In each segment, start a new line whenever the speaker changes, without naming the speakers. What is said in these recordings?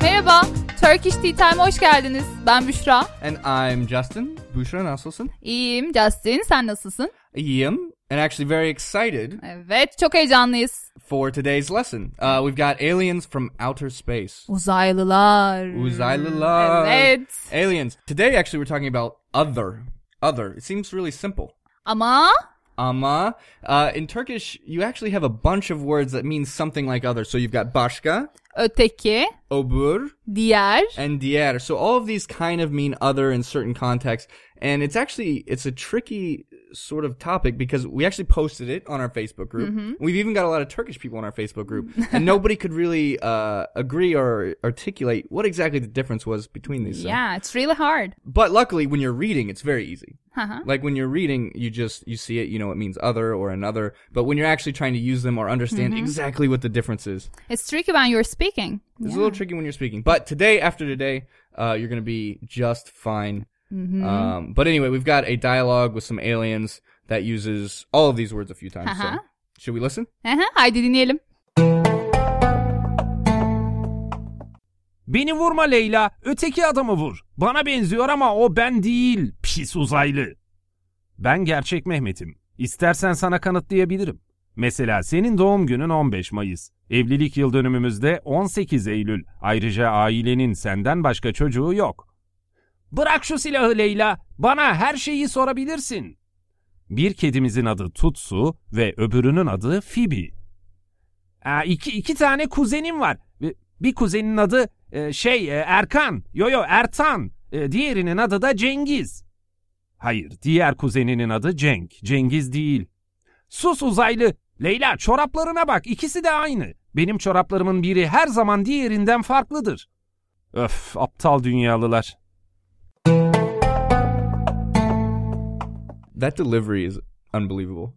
Merhaba, Turkish Tea Time'a hoş geldiniz. Ben Büşra.
And I'm Justin. Büşra nasılsın?
İyiyim, Justin sen nasılsın?
İyiyim. And actually very excited
Evet, çok heyecanlıyız.
for today's lesson. Uh, we've got aliens from outer space.
Uzaylılar.
Uzaylılar.
Evet.
Aliens. Today actually we're talking about other. Other. It seems really simple.
Ama
Ama. Uh, in Turkish, you actually have a bunch of words that mean something like other. So you've got başka,
öteki,
obur,
diğer,
and diğer. So all of these kind of mean other in certain contexts. And it's actually, it's a tricky sort of topic because we actually posted it on our Facebook group. We've even got a lot of Turkish people in our Facebook group and nobody could really, uh, agree or articulate what exactly the difference was between these. So-
yeah, it's really hard.
But luckily when you're reading, it's very easy.
Hı hı.
Like when you're reading, you just, you see it, you know, it means other or another. But when you're actually trying to use them or understand exactly what the difference is,
It's tricky when you're speaking.
it's a little tricky when you're speaking, but today, after today, uh, you're gonna be just fine. Um, but anyway, we've got a dialogue with some aliens that uses all of these words a few times.
Uh-huh.
So, should we listen?
Hı hı, Haydi dinleyelim.
Beni vurma Leyla, öteki adamı vur. Bana benziyor ama o ben değil, pis uzaylı. Ben gerçek Mehmet'im. İstersen sana kanıtlayabilirim. Mesela senin doğum günün 15 Mayıs. Evlilik yıl dönümümüzde 18 Eylül. Ayrıca ailenin senden başka çocuğu yok. Bırak şu silahı Leyla, bana her şeyi sorabilirsin. Bir kedimizin adı Tutsu ve öbürünün adı Fibi. Aa, iki, iki tane kuzenim var. Bir- Bir kuzenin adı e, şey e, Erkan. Yo yo Ertan. E, diğerinin adı da Cengiz. Hayır diğer kuzeninin adı Cenk. Cengiz değil. Sus uzaylı. Leyla çoraplarına bak ikisi de aynı. Benim çoraplarımın biri her zaman diğerinden farklıdır. Öf aptal dünyalılar.
That delivery is unbelievable.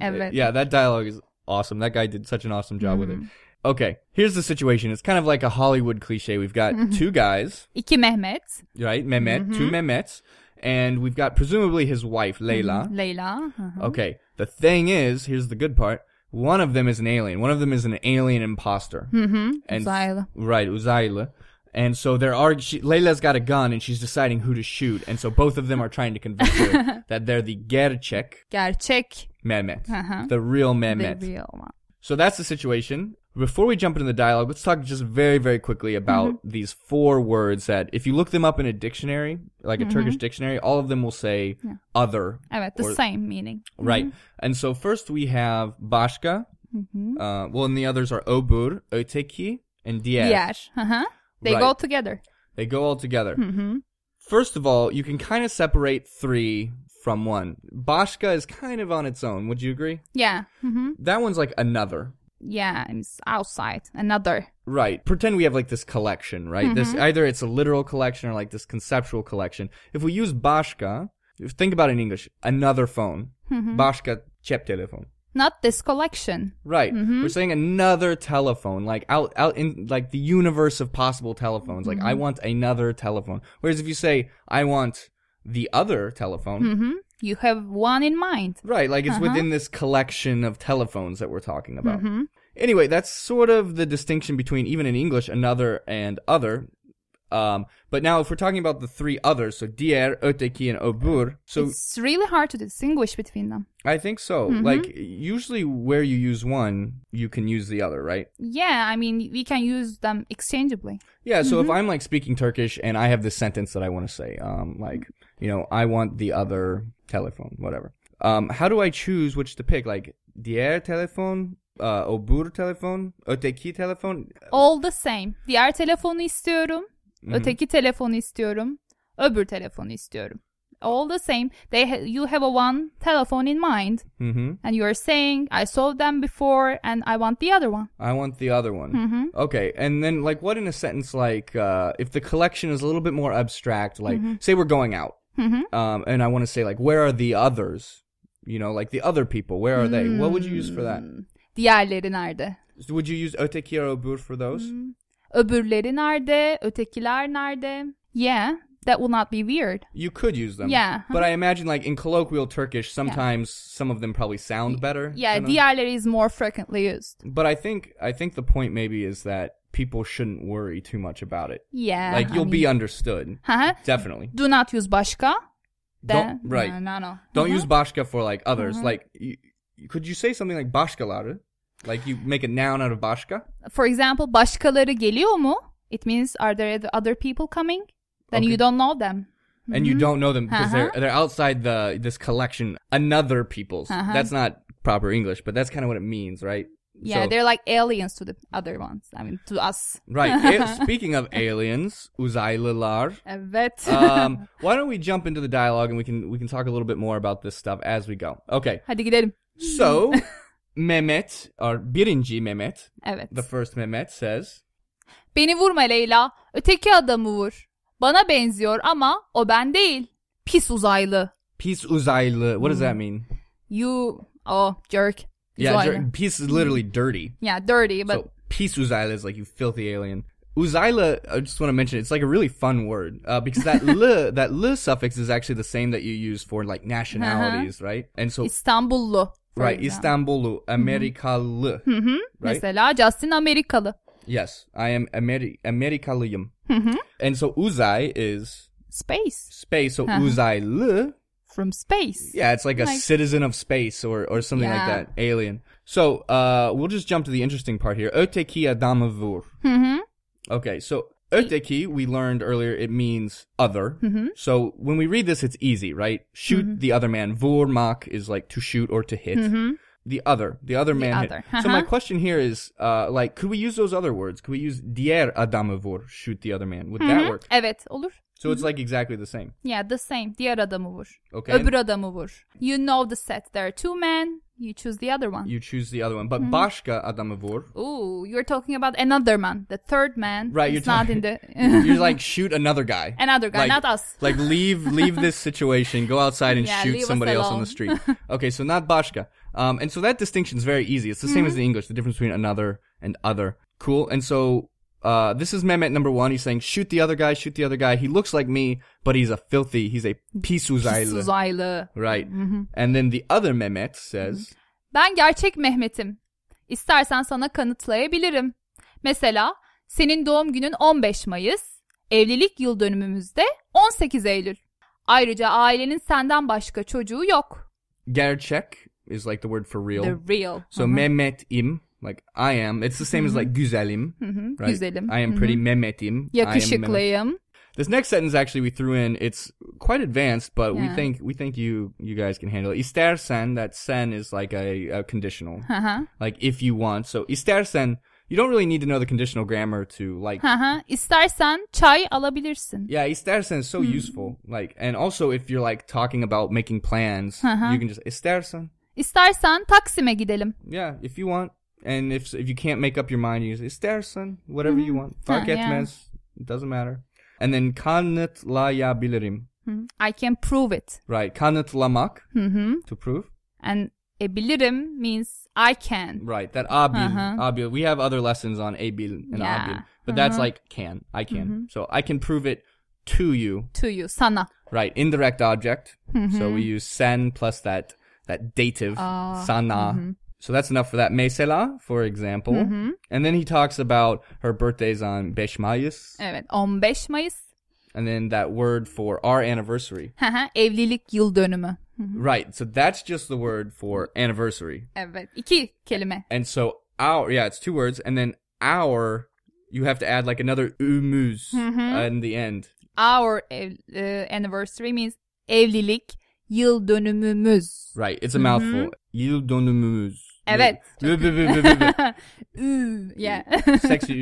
Evet.
Yeah, that dialogue is awesome. That guy did such an awesome job with it. Okay, here's the situation. It's kind of like a Hollywood cliche. We've got two guys,
İki Mehmet,
right? Mehmet, two Mehmets, and we've got presumably his wife,
Mm-hmm.
Leila.
Leyla. Hı hı.
Okay. The thing is, here's the good part. One of them is an alien. One of them is an alien imposter. Mm-hmm. And
Uzaylı.
Right, Uzayla. And so there are she, Layla's got a gun and she's deciding who to shoot. And so both of them are trying to convince her that they're the Gerçek
Gerçek.
Mehmet,
Uh-huh.
the real
The
Mehmet.
real one.
So that's the situation. Before we jump into the dialogue, let's talk just very, very quickly about
Mm-hmm.
these four words that if you look them up in a dictionary, like
Mm-hmm.
a Turkish dictionary, all of them will say other
Evet, the
Or-
same meaning.
Right. And so first we have Başka. Uh, well, and the others are Obur, Öteki, and Diğer.
Diğer. Hı hı. They
Right.
go together.
They go all together.
Hmm.
First of all, you can kind of separate three from one. Başka is kind of on its own. Would you agree?
Yeah. Hı hı.
That one's like another.
Yeah, it's outside. Another.
Right. Pretend we have like this collection, right? This either it's a literal collection or like this conceptual collection. If we use Başka, think about it in English, another phone. Başka cep telefon.
Not this collection.
Right. We're saying another telephone, like out out in like the universe of possible telephones. Like I want another telephone. Whereas if you say I want the other telephone,
Hmm. Mm-hmm. You have one in mind.
right, like it's within this collection of telephones that we're talking about. Anyway, that's sort of the distinction between even in English another and other. Um, but now if we're talking about the three others, so diğer, öteki, and obur, so
It's really hard to distinguish between them.
I think so. Like usually where you use one, you can use the other, right?
Yeah, I mean, we can use them exchangeably.
Yeah, so if I'm like speaking Turkish and I have this sentence that I want to say, um, like, you know, I want the other telephone, whatever. Um, how do I choose which to pick? Like, diğer telefon, uh, obur telefon, öteki telefon?
All the same. Diğer telefonu istiyorum. Öteki telefonu istiyorum. Öbür telefonu istiyorum. All the same. They ha- you have a one telephone in mind
hmm
and you're saying I saw them before and I want the other one.
I want the other one. Okay, and then like, what in a sentence like, uh, if the collection is a little bit more abstract, like, say we're going out,
Mm-hmm.
um, and I want to say like, where are the others? You know, like the other people, where are they? What would you use for that?
Diğerleri nerede?
Would you use öteki or obur for those?
Öbürleri nerede? Ötekiler nerede? Yeah. that will not be weird.
You could use them.
Yeah. uh-huh.
But I imagine, like, in colloquial Turkish, sometimes some of them probably sound better.
Yeah,
kinda.
diğerleri is more frequently used.
But I think, I think the point maybe is that people shouldn't worry too much about it.
Yeah.
Like, you'll
hani.
be understood.
Hı hı.
Definitely.
Do not use başka.
Don't- right.
No, no, no.
Don't
Hı hı.
use başka for, like, others.
Uh-huh.
Like, you, could you say something like başkaları? Like, you make a noun out of başka?
For example, başkaları geliyor mu? It means are there other people coming? Then
Okay.
you don't know them.
and you don't know them because
Uh-huh.
they're they're outside the this collection another people's
Uh-huh.
that's not proper english but that's kind of what it means right
Yeah,
So-
they're like aliens to the other ones. I mean, to us.
right A- speaking of aliens uzaylılar
Evet.
um, why don't we jump into the dialogue and we can we can talk a little bit more about this stuff as we go okay
Hadi gidelim.
so mehmet or birinci mehmet
Evet.
the first mehmet says
Beni vurma Leyla. Öteki adamı vur. Bana benziyor ama o ben değil. Pis uzaylı.
peace uzaylı what does that mean
You oh jerk.
yeah
Uzaylı.
ger- peace is literally dirty
Yeah, dirty but
so peace Uzayla is like you filthy alien. Uzayla, I just want to mention it's like a really fun word uh, because that l that l suffix is actually the same that you use for like nationalities, right? And so
İstanbullu. for
right,
example. Mm-hmm.
Istanbulu, Amerikalı, right?
Mesela Justin Amerikalı.
Yes, I am Ameri- Amerikalıyım.
Mm-hmm.
And so Uzay is
Space.
space,
Uh-huh.
so Uzaylı,
From space.
yeah, it's like a
Like-
citizen of space or or something like
Yeah.
that, alien. So uh, we'll just jump to the interesting part here. Öteki adamı vur.
Hı hı.
Okay, so öteki we learned earlier it means other.
Mm-hmm.
So when we read this, it's easy, right? Shoot the other man. Vurmak is like to shoot or to hit. The other, the other man. hit.
Mm-hmm. other,
So my
uh-huh.
question here is, uh, like, could we use those other words? Could we use diğer adamı vur, shoot the other man? Would
Mm-hmm.
that work?
Evet, olur.
So it's like exactly the same.
Yeah, the same. Diğer adamı vur.
Okay.
Öbür adamı vur. You know the set. There are two men. You choose the other one.
You choose the other one, but
Mm-hmm.
başka adamı vur.
Ooh, you're talking about another man. The third man.
Right, you're
It's not
talking-
in the...
You're like shoot another guy.
Another guy,
Like-
not us.
like leave leave this situation go outside and
Yeah,
shoot
leave us
somebody else on
alone.
the street okay so not bashka um, and so that distinction is very easy it's the
Mm-hmm.
same as the english the difference between another and other cool and so uh, this is Mehmet number one. He's saying, shoot the other guy, shoot the other guy. He looks like me, but he's a filthy, he's a pisuzaylı.
Uzaylı.
Right.
Mm-hmm.
And then the other Mehmet says,
Ben gerçek Mehmet'im. İstersen sana kanıtlayabilirim. Mesela senin doğum günün 15 Mayıs, evlilik yıl dönümümüzde 18 Eylül. Ayrıca ailenin senden başka çocuğu yok.
gerçek is like the word for real.
Mm-hmm. The Uh-huh. real.
so Mehmet im, like I am. It's the same
Mm-hmm.
as like güzelim. Right?
güzelim. Mm-hmm.
I am pretty Mehmetim. I am Mehmet.
Yakışıklıyım.
This next sentence actually we threw in. It's quite advanced, but we
Yeah.
think we think you you guys can handle it. İstersen that sen is like a, a conditional,
Hı hı.
like if you want. So istersen you don't really need to know the conditional grammar to like.
Hı hı. İstersen çay alabilirsin.
Yeah, istersen is so
Hmm.
useful. Like, and also if you're like talking about making plans,
Uh-huh.
you can just istersen.
İstersen Taksim'e gidelim.
Yeah, if you want, and if if you can't make up your mind, you use istersen, whatever you want. Fark
Mm-hmm. Yeah.
etmez, it doesn't matter. And then kanıtlayabilirim.
I can prove it.
Right, kanıtlamak
Hı hı.
to prove.
And e, bilirim means I can.
Right, that abil,
Uh-huh.
abil. We have other lessons on abil and
Yeah. Uh-huh. Mm-hmm.
abil, but that's like can, I can. So I can prove it to you.
To you. Sana.
Right, indirect object. So we use sen plus that that dative sana. So that's enough for that. Mesela, for example, and then he talks about her birthdays on beş Mayıs,
Evet. 15 Mayıs.
and then that word for our anniversary.
Hı hı. Evlilik yıl dönümü.
Right, so that's just the word for anniversary.
Evet. iki kelime.
And so our yeah, it's two words, and then our you have to add like another umuz in the end.
Our ev- e, anniversary means evlilik yıl dönümümüz.
Right, it's a mouthful. Yıl dönümümüz.
Evet.
Bı- bı- bı- bı- bı- bı.
Ü, yeah.
Sexy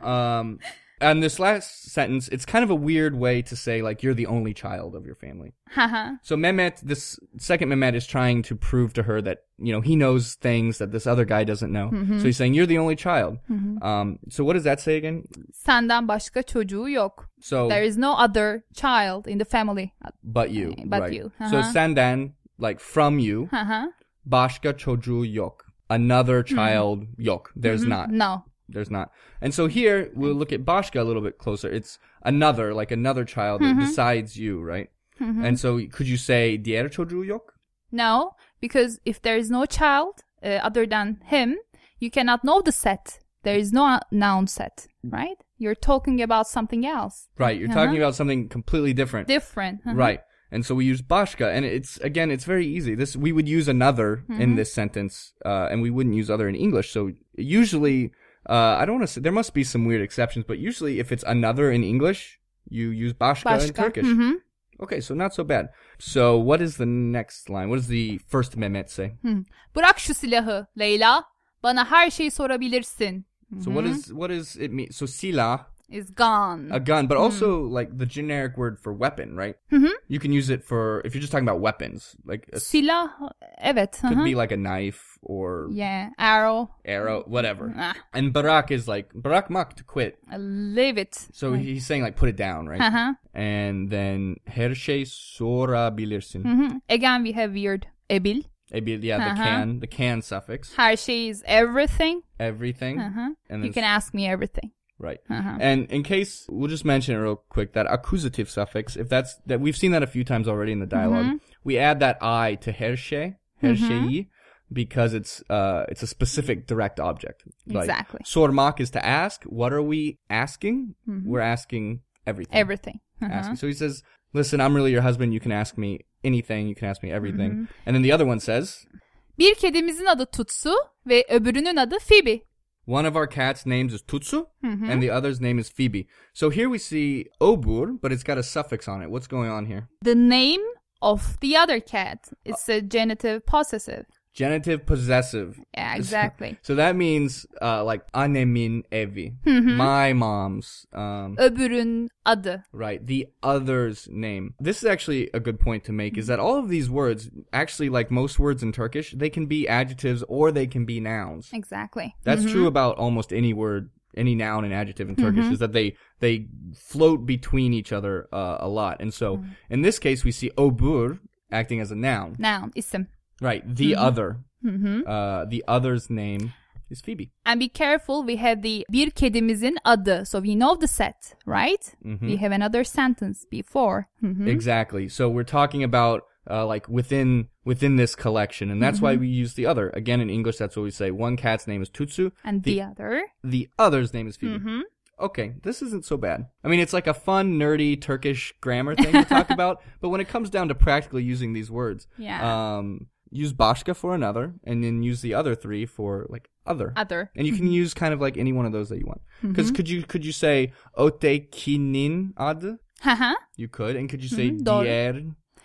ü. Um, and this last sentence, it's kind of a weird way to say like you're the only child of your family.
Hı hı.
So Mehmet, this second Mehmet is trying to prove to her that you know he knows things that this other guy doesn't know.
Mm-hmm.
So he's saying you're the only child. Um, so what does that say again?
Senden başka çocuğu yok.
So
There is no other child in the family.
but you.
But
right.
you,
So
uh-huh.
senden, like from you,
Hı hı. Mm-hmm.
başka çocuğu yok. Another child yok. There's not.
No.
there's not. And so here we'll look at Bashka a little bit closer. It's another, like another child
Mm-hmm.
that besides you, right? And so could you say diğer çocuğu yok?
No, because if there is no child uh, other than him, you cannot know the set. There is no a- noun set, right? You're talking about something else,
Right, you're
Uh-huh.
talking about something completely different.
different. uh-huh.
Right. And so we use Bashka, and it's again, it's very easy. This we would use another
Mm-hmm.
in this sentence, uh, and we wouldn't use other in English. So usually, uh, I don't want to say there must be some weird exceptions, but usually if it's another in English, you use Bashka, in
Başka.
Turkish.
Mhm.
Okay, so not so bad. So what is the next line? What does the first Mehmet say?
Hmm. Bırak şu silahı Leyla. Bana her şeyi sorabilirsin.
So what is
Mm-hmm.
what is it mean? So silah,
Is gone.
a gun, but also like the generic word for weapon, right?
Mhm.
You can use it for if you're just talking about weapons, like a
Silah evet.
could
hı hı.
be like a knife or
uh-huh. Yeah, arrow.
arrow, whatever.
Ah,
And Barak is like Barak mak to quit.
leave it.
So he's saying like put it down, right?
Aha.
And then her şey sorabilirsin.
Hı hı. Again we have weird ebil.
Ebil, yeah, the
Mm-hmm. Uh-huh.
can, the can suffix,
Her şey is everything.
everything.
Aha.
And
Uh-huh. You
then
can ask me everything.
right.
Uh-huh.
And in case we'll just mention it real quick that accusative suffix, if that's that we've seen that a few times already in the dialog
Mm-hmm.
we add that i to her şey, her şeyi,
Mm-hmm.
because it's uh it's a specific direct object.
Exactly.
Sormak is to ask. What are we asking?
Mm-hmm.
We're asking everything.
Everything. Hı hı.
asking. So he says, "Listen, I'm really your husband. You can ask me anything. You can ask me everything."
Mm-hmm.
And then the other one says,
Bir kedimizin adı Tutsu ve öbürünün adı Phoebe.
"One of our cats' names is Tutsu,
Mm-hmm.
and the other's name is Phoebe." So here we see obur, but it's got a suffix on it. What's going on here?
The name of the other cat. It's a genitive possessive.
Genitive possessive.
Yeah, exactly.
So that means uh, like anemin evi,
Mm-hmm.
my mom's. Um,
Öbürün adı.
Right. The other's name. This is actually a good point to make is that all of these words, actually, like most words in Turkish, they can be adjectives or they can be nouns.
Exactly.
That's true about almost any word, any noun and adjective in Turkish is that they, they float between each other uh, a lot. And so in this case, we see obur acting as a noun.
Noun, isim.
Right. The other. Uh, the other's name is Phoebe.
And be careful we have the bir kedimizin adı. So we know the set, right?
Mm-hmm.
We have another sentence before. Mhm.
Exactly. So we're talking about uh, like within within this collection, and that's why we use the other. Again, in English, that's what we say. One cat's name is Tutsu,
And the, other. Mm-hmm.
the other's name is Phoebe. Okay, this isn't so bad. I mean, it's like a fun, nerdy Turkish grammar thing to talk about, but when it comes down to practically using these words,
Yeah.
um, use Başka for another, and then use the other three for like other.
Other.
And you can use kind of like any one of those that you want. Because could you could you say ötekinin adı?
Haha.
You could. And could you say
doğru.
diğer,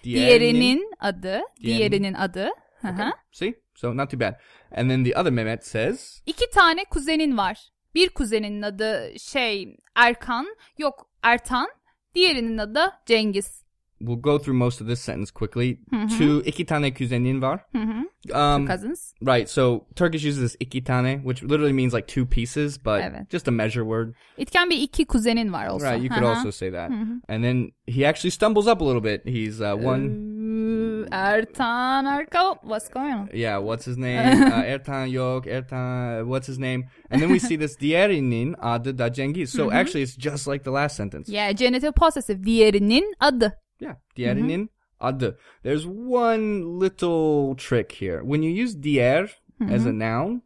Diğerinin adı.
Diğerinin.
Diğerinin adı. Hı hı.
See? So not too bad. And then the other Mehmet says,
İki tane kuzenin var. Bir kuzeninin adı şey Erkan, yok Ertan. Diğerinin adı Cengiz.
we'll go through most of this sentence quickly. Two iki tane kuzenin var. Um,
Mm-hmm. Cousins.
right. So Turkish uses this iki tane, which literally means like two pieces, but
Evet.
just a measure word.
It can be iki kuzenin var also.
Right. You could
Hı hı.
also say that. And then he actually stumbles up a little bit. He's uh, one.
Iı, Ertan Erkan. What's going on?
yeah, what's his name? uh, Ertan Yok, Ertan, uh, what's his name? And then we see this diğerinin adı da Cengiz. So actually, it's just like the last sentence.
Yeah, genitive possessive. Diğerinin adı.
Yeah, diğerinin adı. There's one little trick here. When you use diğer as a noun,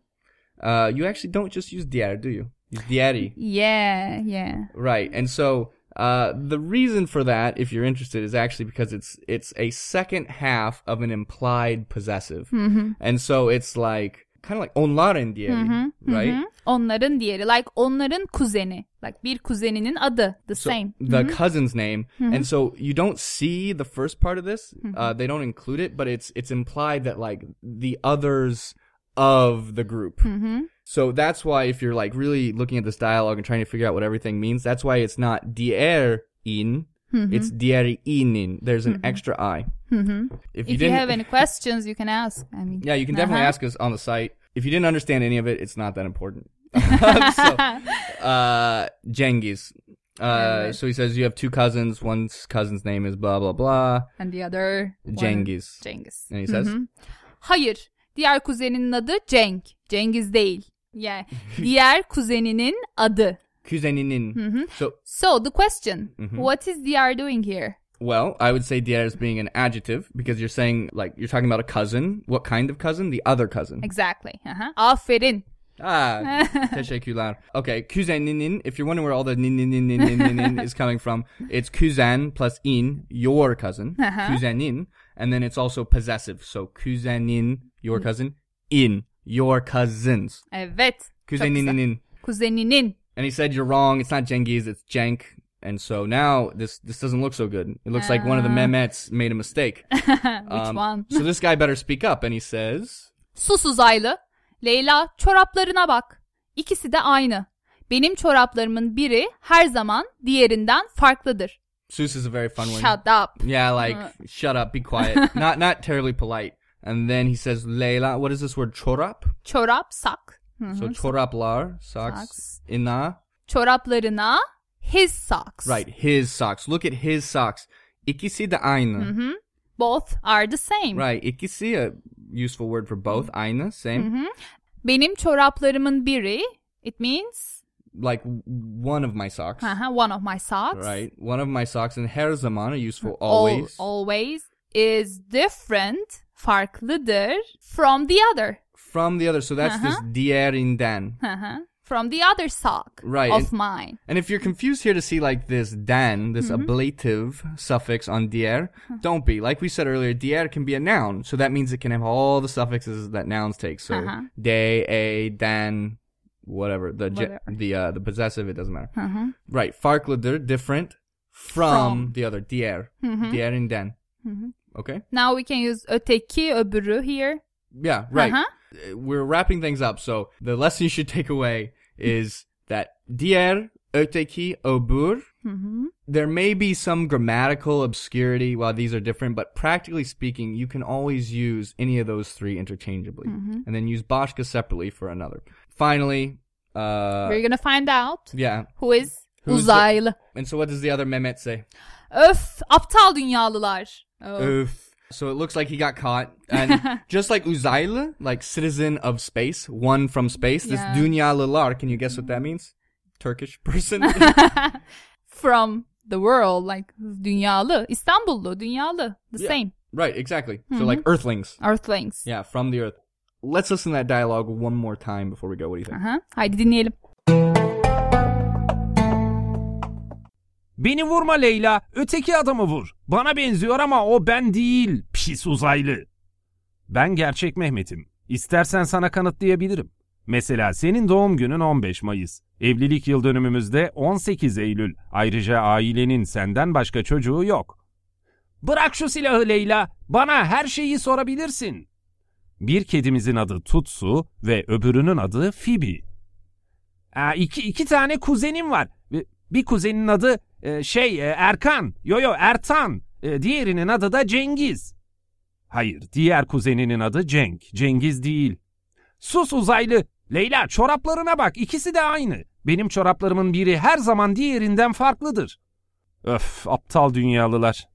uh, you actually don't just use diğer, do you? Use diğeri.
Yeah, yeah.
Right. And so uh, the reason for that, if you're interested, is actually because it's it's a second half of an implied possessive,
Hmm.
and so it's like kind of like onların diğeri, right?
Hı? Onların diğeri. Like onların kuzeni. Like bir kuzeninin adı. The same.
the cousin's name, and so you don't see the first part of this. Uh, they don't include it, but it's it's implied that like the others of the group.
Hmm.
So that's why if you're like really looking at this dialogue and trying to figure out what everything means, that's why it's not dier in,
Mm-hmm.
it's dier inin. There's an extra i. If
If you have Uh-huh. any questions you can ask. I mean.
yeah, you can definitely
Aha.
ask us on the site. If you didn't understand any of it, it's not that important. so, uh, Jengiz. Uh, so he says you have two cousins. One's cousin's name is blah blah blah.
And the other. one-
Cengiz.
Cengiz.
And he says,
Hayır. Diğer kuzeninin adı Cenk. Cengiz değil. Yeah. Diğer kuzeninin adı.
Kuzeninin.
Hmm.
So,
So the question, what is DR doing here?
well, I would say dier is being an adjective because you're saying, like, you're talking about a cousin. What kind of cousin? The other cousin.
Exactly. Aha. Aferin.
Ah, teşekkürler. Okay, kuzeninin. If you're wondering where all the nin nin nin nin nin nin is coming from, it's kuzen plus in, your cousin,
Uh-huh.
kuzenin, and then it's also possessive. So
Mm.
kuzenin, your cousin, in, your cousins,
Evet. Çok güzel.
kuzeninin.
Kuzeninin.
And he said, "You're wrong. It's not Jengiz. It's Jenk." And so now this this doesn't look so good. It looks like one of the Mehmets made a mistake.
Uh.
Um,
Which one?
so this guy better speak up. And he says,
Sus uzaylı. Leyla çoraplarına bak. İkisi de aynı. Benim çoraplarımın biri her zaman diğerinden farklıdır.
"Seuss is a very fun one."
Shut up.
Yeah, like shut up, be quiet. not not terribly polite. And then he says, "Leila, what is this word? Chorap?
Çorap sak. Hı.
So choraplar socks,
Mm-hmm. Socks.
ina.
Çoraplarına his socks.
Right, his socks. Look at his socks. Ikisi de aynı.
Mm-hmm. Both are the same.
Right, ikisi a useful word for both.
Mm-hmm.
Aynı, same.
Benim çoraplarımın biri it means
Like w- one of my socks.
aha, one of my Uh-huh. socks.
Right, one of my socks and her zaman are useful
Al-
always.
always is different farklıdır from the other.
From the other, so that's this
Uh-huh.
dierinden.
Aha. from the other sock
Right,
of
and-
mine.
And if you're confused here to see like this dan, this
Mm-hmm.
ablative suffix on dier, don't be. Like we said earlier, dier can be a noun, so that means it can have all the suffixes that nouns take. So
Uh-huh.
de, a, dan, whatever the ge-
Whatever.
the uh, the possessive, it doesn't matter.
Aha.
Right, farklader, different from, the other dier,
Mm-hmm.
dier and dan. Okay,
Now we can use öteki, öbürü here.
yeah, right.
Uh-huh.
Uh, We're wrapping things up, so the lesson you should take away is that dier, öteki, obur. there may be some grammatical obscurity while these are different, but practically speaking, you can always use any of those three interchangeably, and then use Boschka separately for another. Finally, uh,
We're gonna find out
yeah.
who is
Who's the-
uzaylı.
And so, what does the other Mehmet say?
Öf, aptal dünyalılar. Oh.
Oof. So it looks like he got caught, and just like Uzayla, like citizen of space, one from space. This
Yeah.
Dunya Lilar, can you guess what that means? Turkish person.
From the world, like dünyalı, İstanbullu, dünyalı, the
Yeah.
same.
right, exactly. So like Earthlings.
Earthlings.
Yeah, from the Earth. Let's listen to that dialogue one more time before we go. What do you think?
Aha. Haydi dinleyelim.
Beni vurma Leyla, öteki adamı vur. Bana benziyor ama o ben değil, pis uzaylı. Ben gerçek Mehmet'im. İstersen sana kanıtlayabilirim. Mesela senin doğum günün 15 Mayıs. Evlilik yıl dönümümüzde 18 Eylül. Ayrıca ailenin senden başka çocuğu yok. Bırak şu silahı Leyla, bana her şeyi sorabilirsin. Bir kedimizin adı Tutsu ve öbürünün adı Fibi. Aa, Ee, iki, iki tane kuzenim var. Bi- Bir kuzenin adı e, şey e, Erkan. Yo yo Ertan. E, diğerinin adı da Cengiz. Hayır diğer kuzeninin adı Cenk. Cengiz değil. Sus uzaylı. Leyla çoraplarına bak ikisi de aynı. Benim çoraplarımın biri her zaman diğerinden farklıdır. Öf aptal dünyalılar.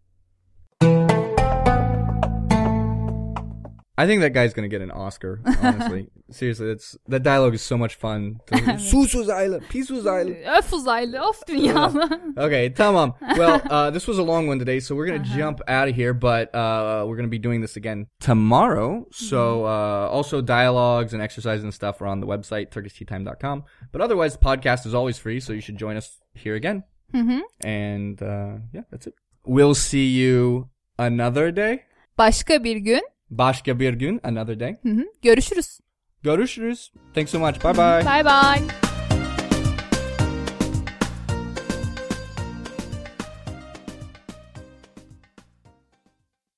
I think that guy's gonna get an Oscar. Honestly, seriously, that's that dialogue is so much fun. Susus Island, Pisus Island.
Öf uzaylı, of dünyalı.
Okay, tamam. Well, uh, this was a long one today, so we're gonna jump out of here, but uh, we're gonna be doing this again tomorrow. So uh, also dialogues and exercises and stuff are on the website turkishteatime.com. But otherwise, the podcast is always free, so you should join us here again. Mm-hmm. And uh, yeah, that's it. We'll see you another day.
Başka bir gün
Başka bir gün, another day.
hı hı, görüşürüz.
Görüşürüz. Thanks so much. Bye bye.
Bye bye.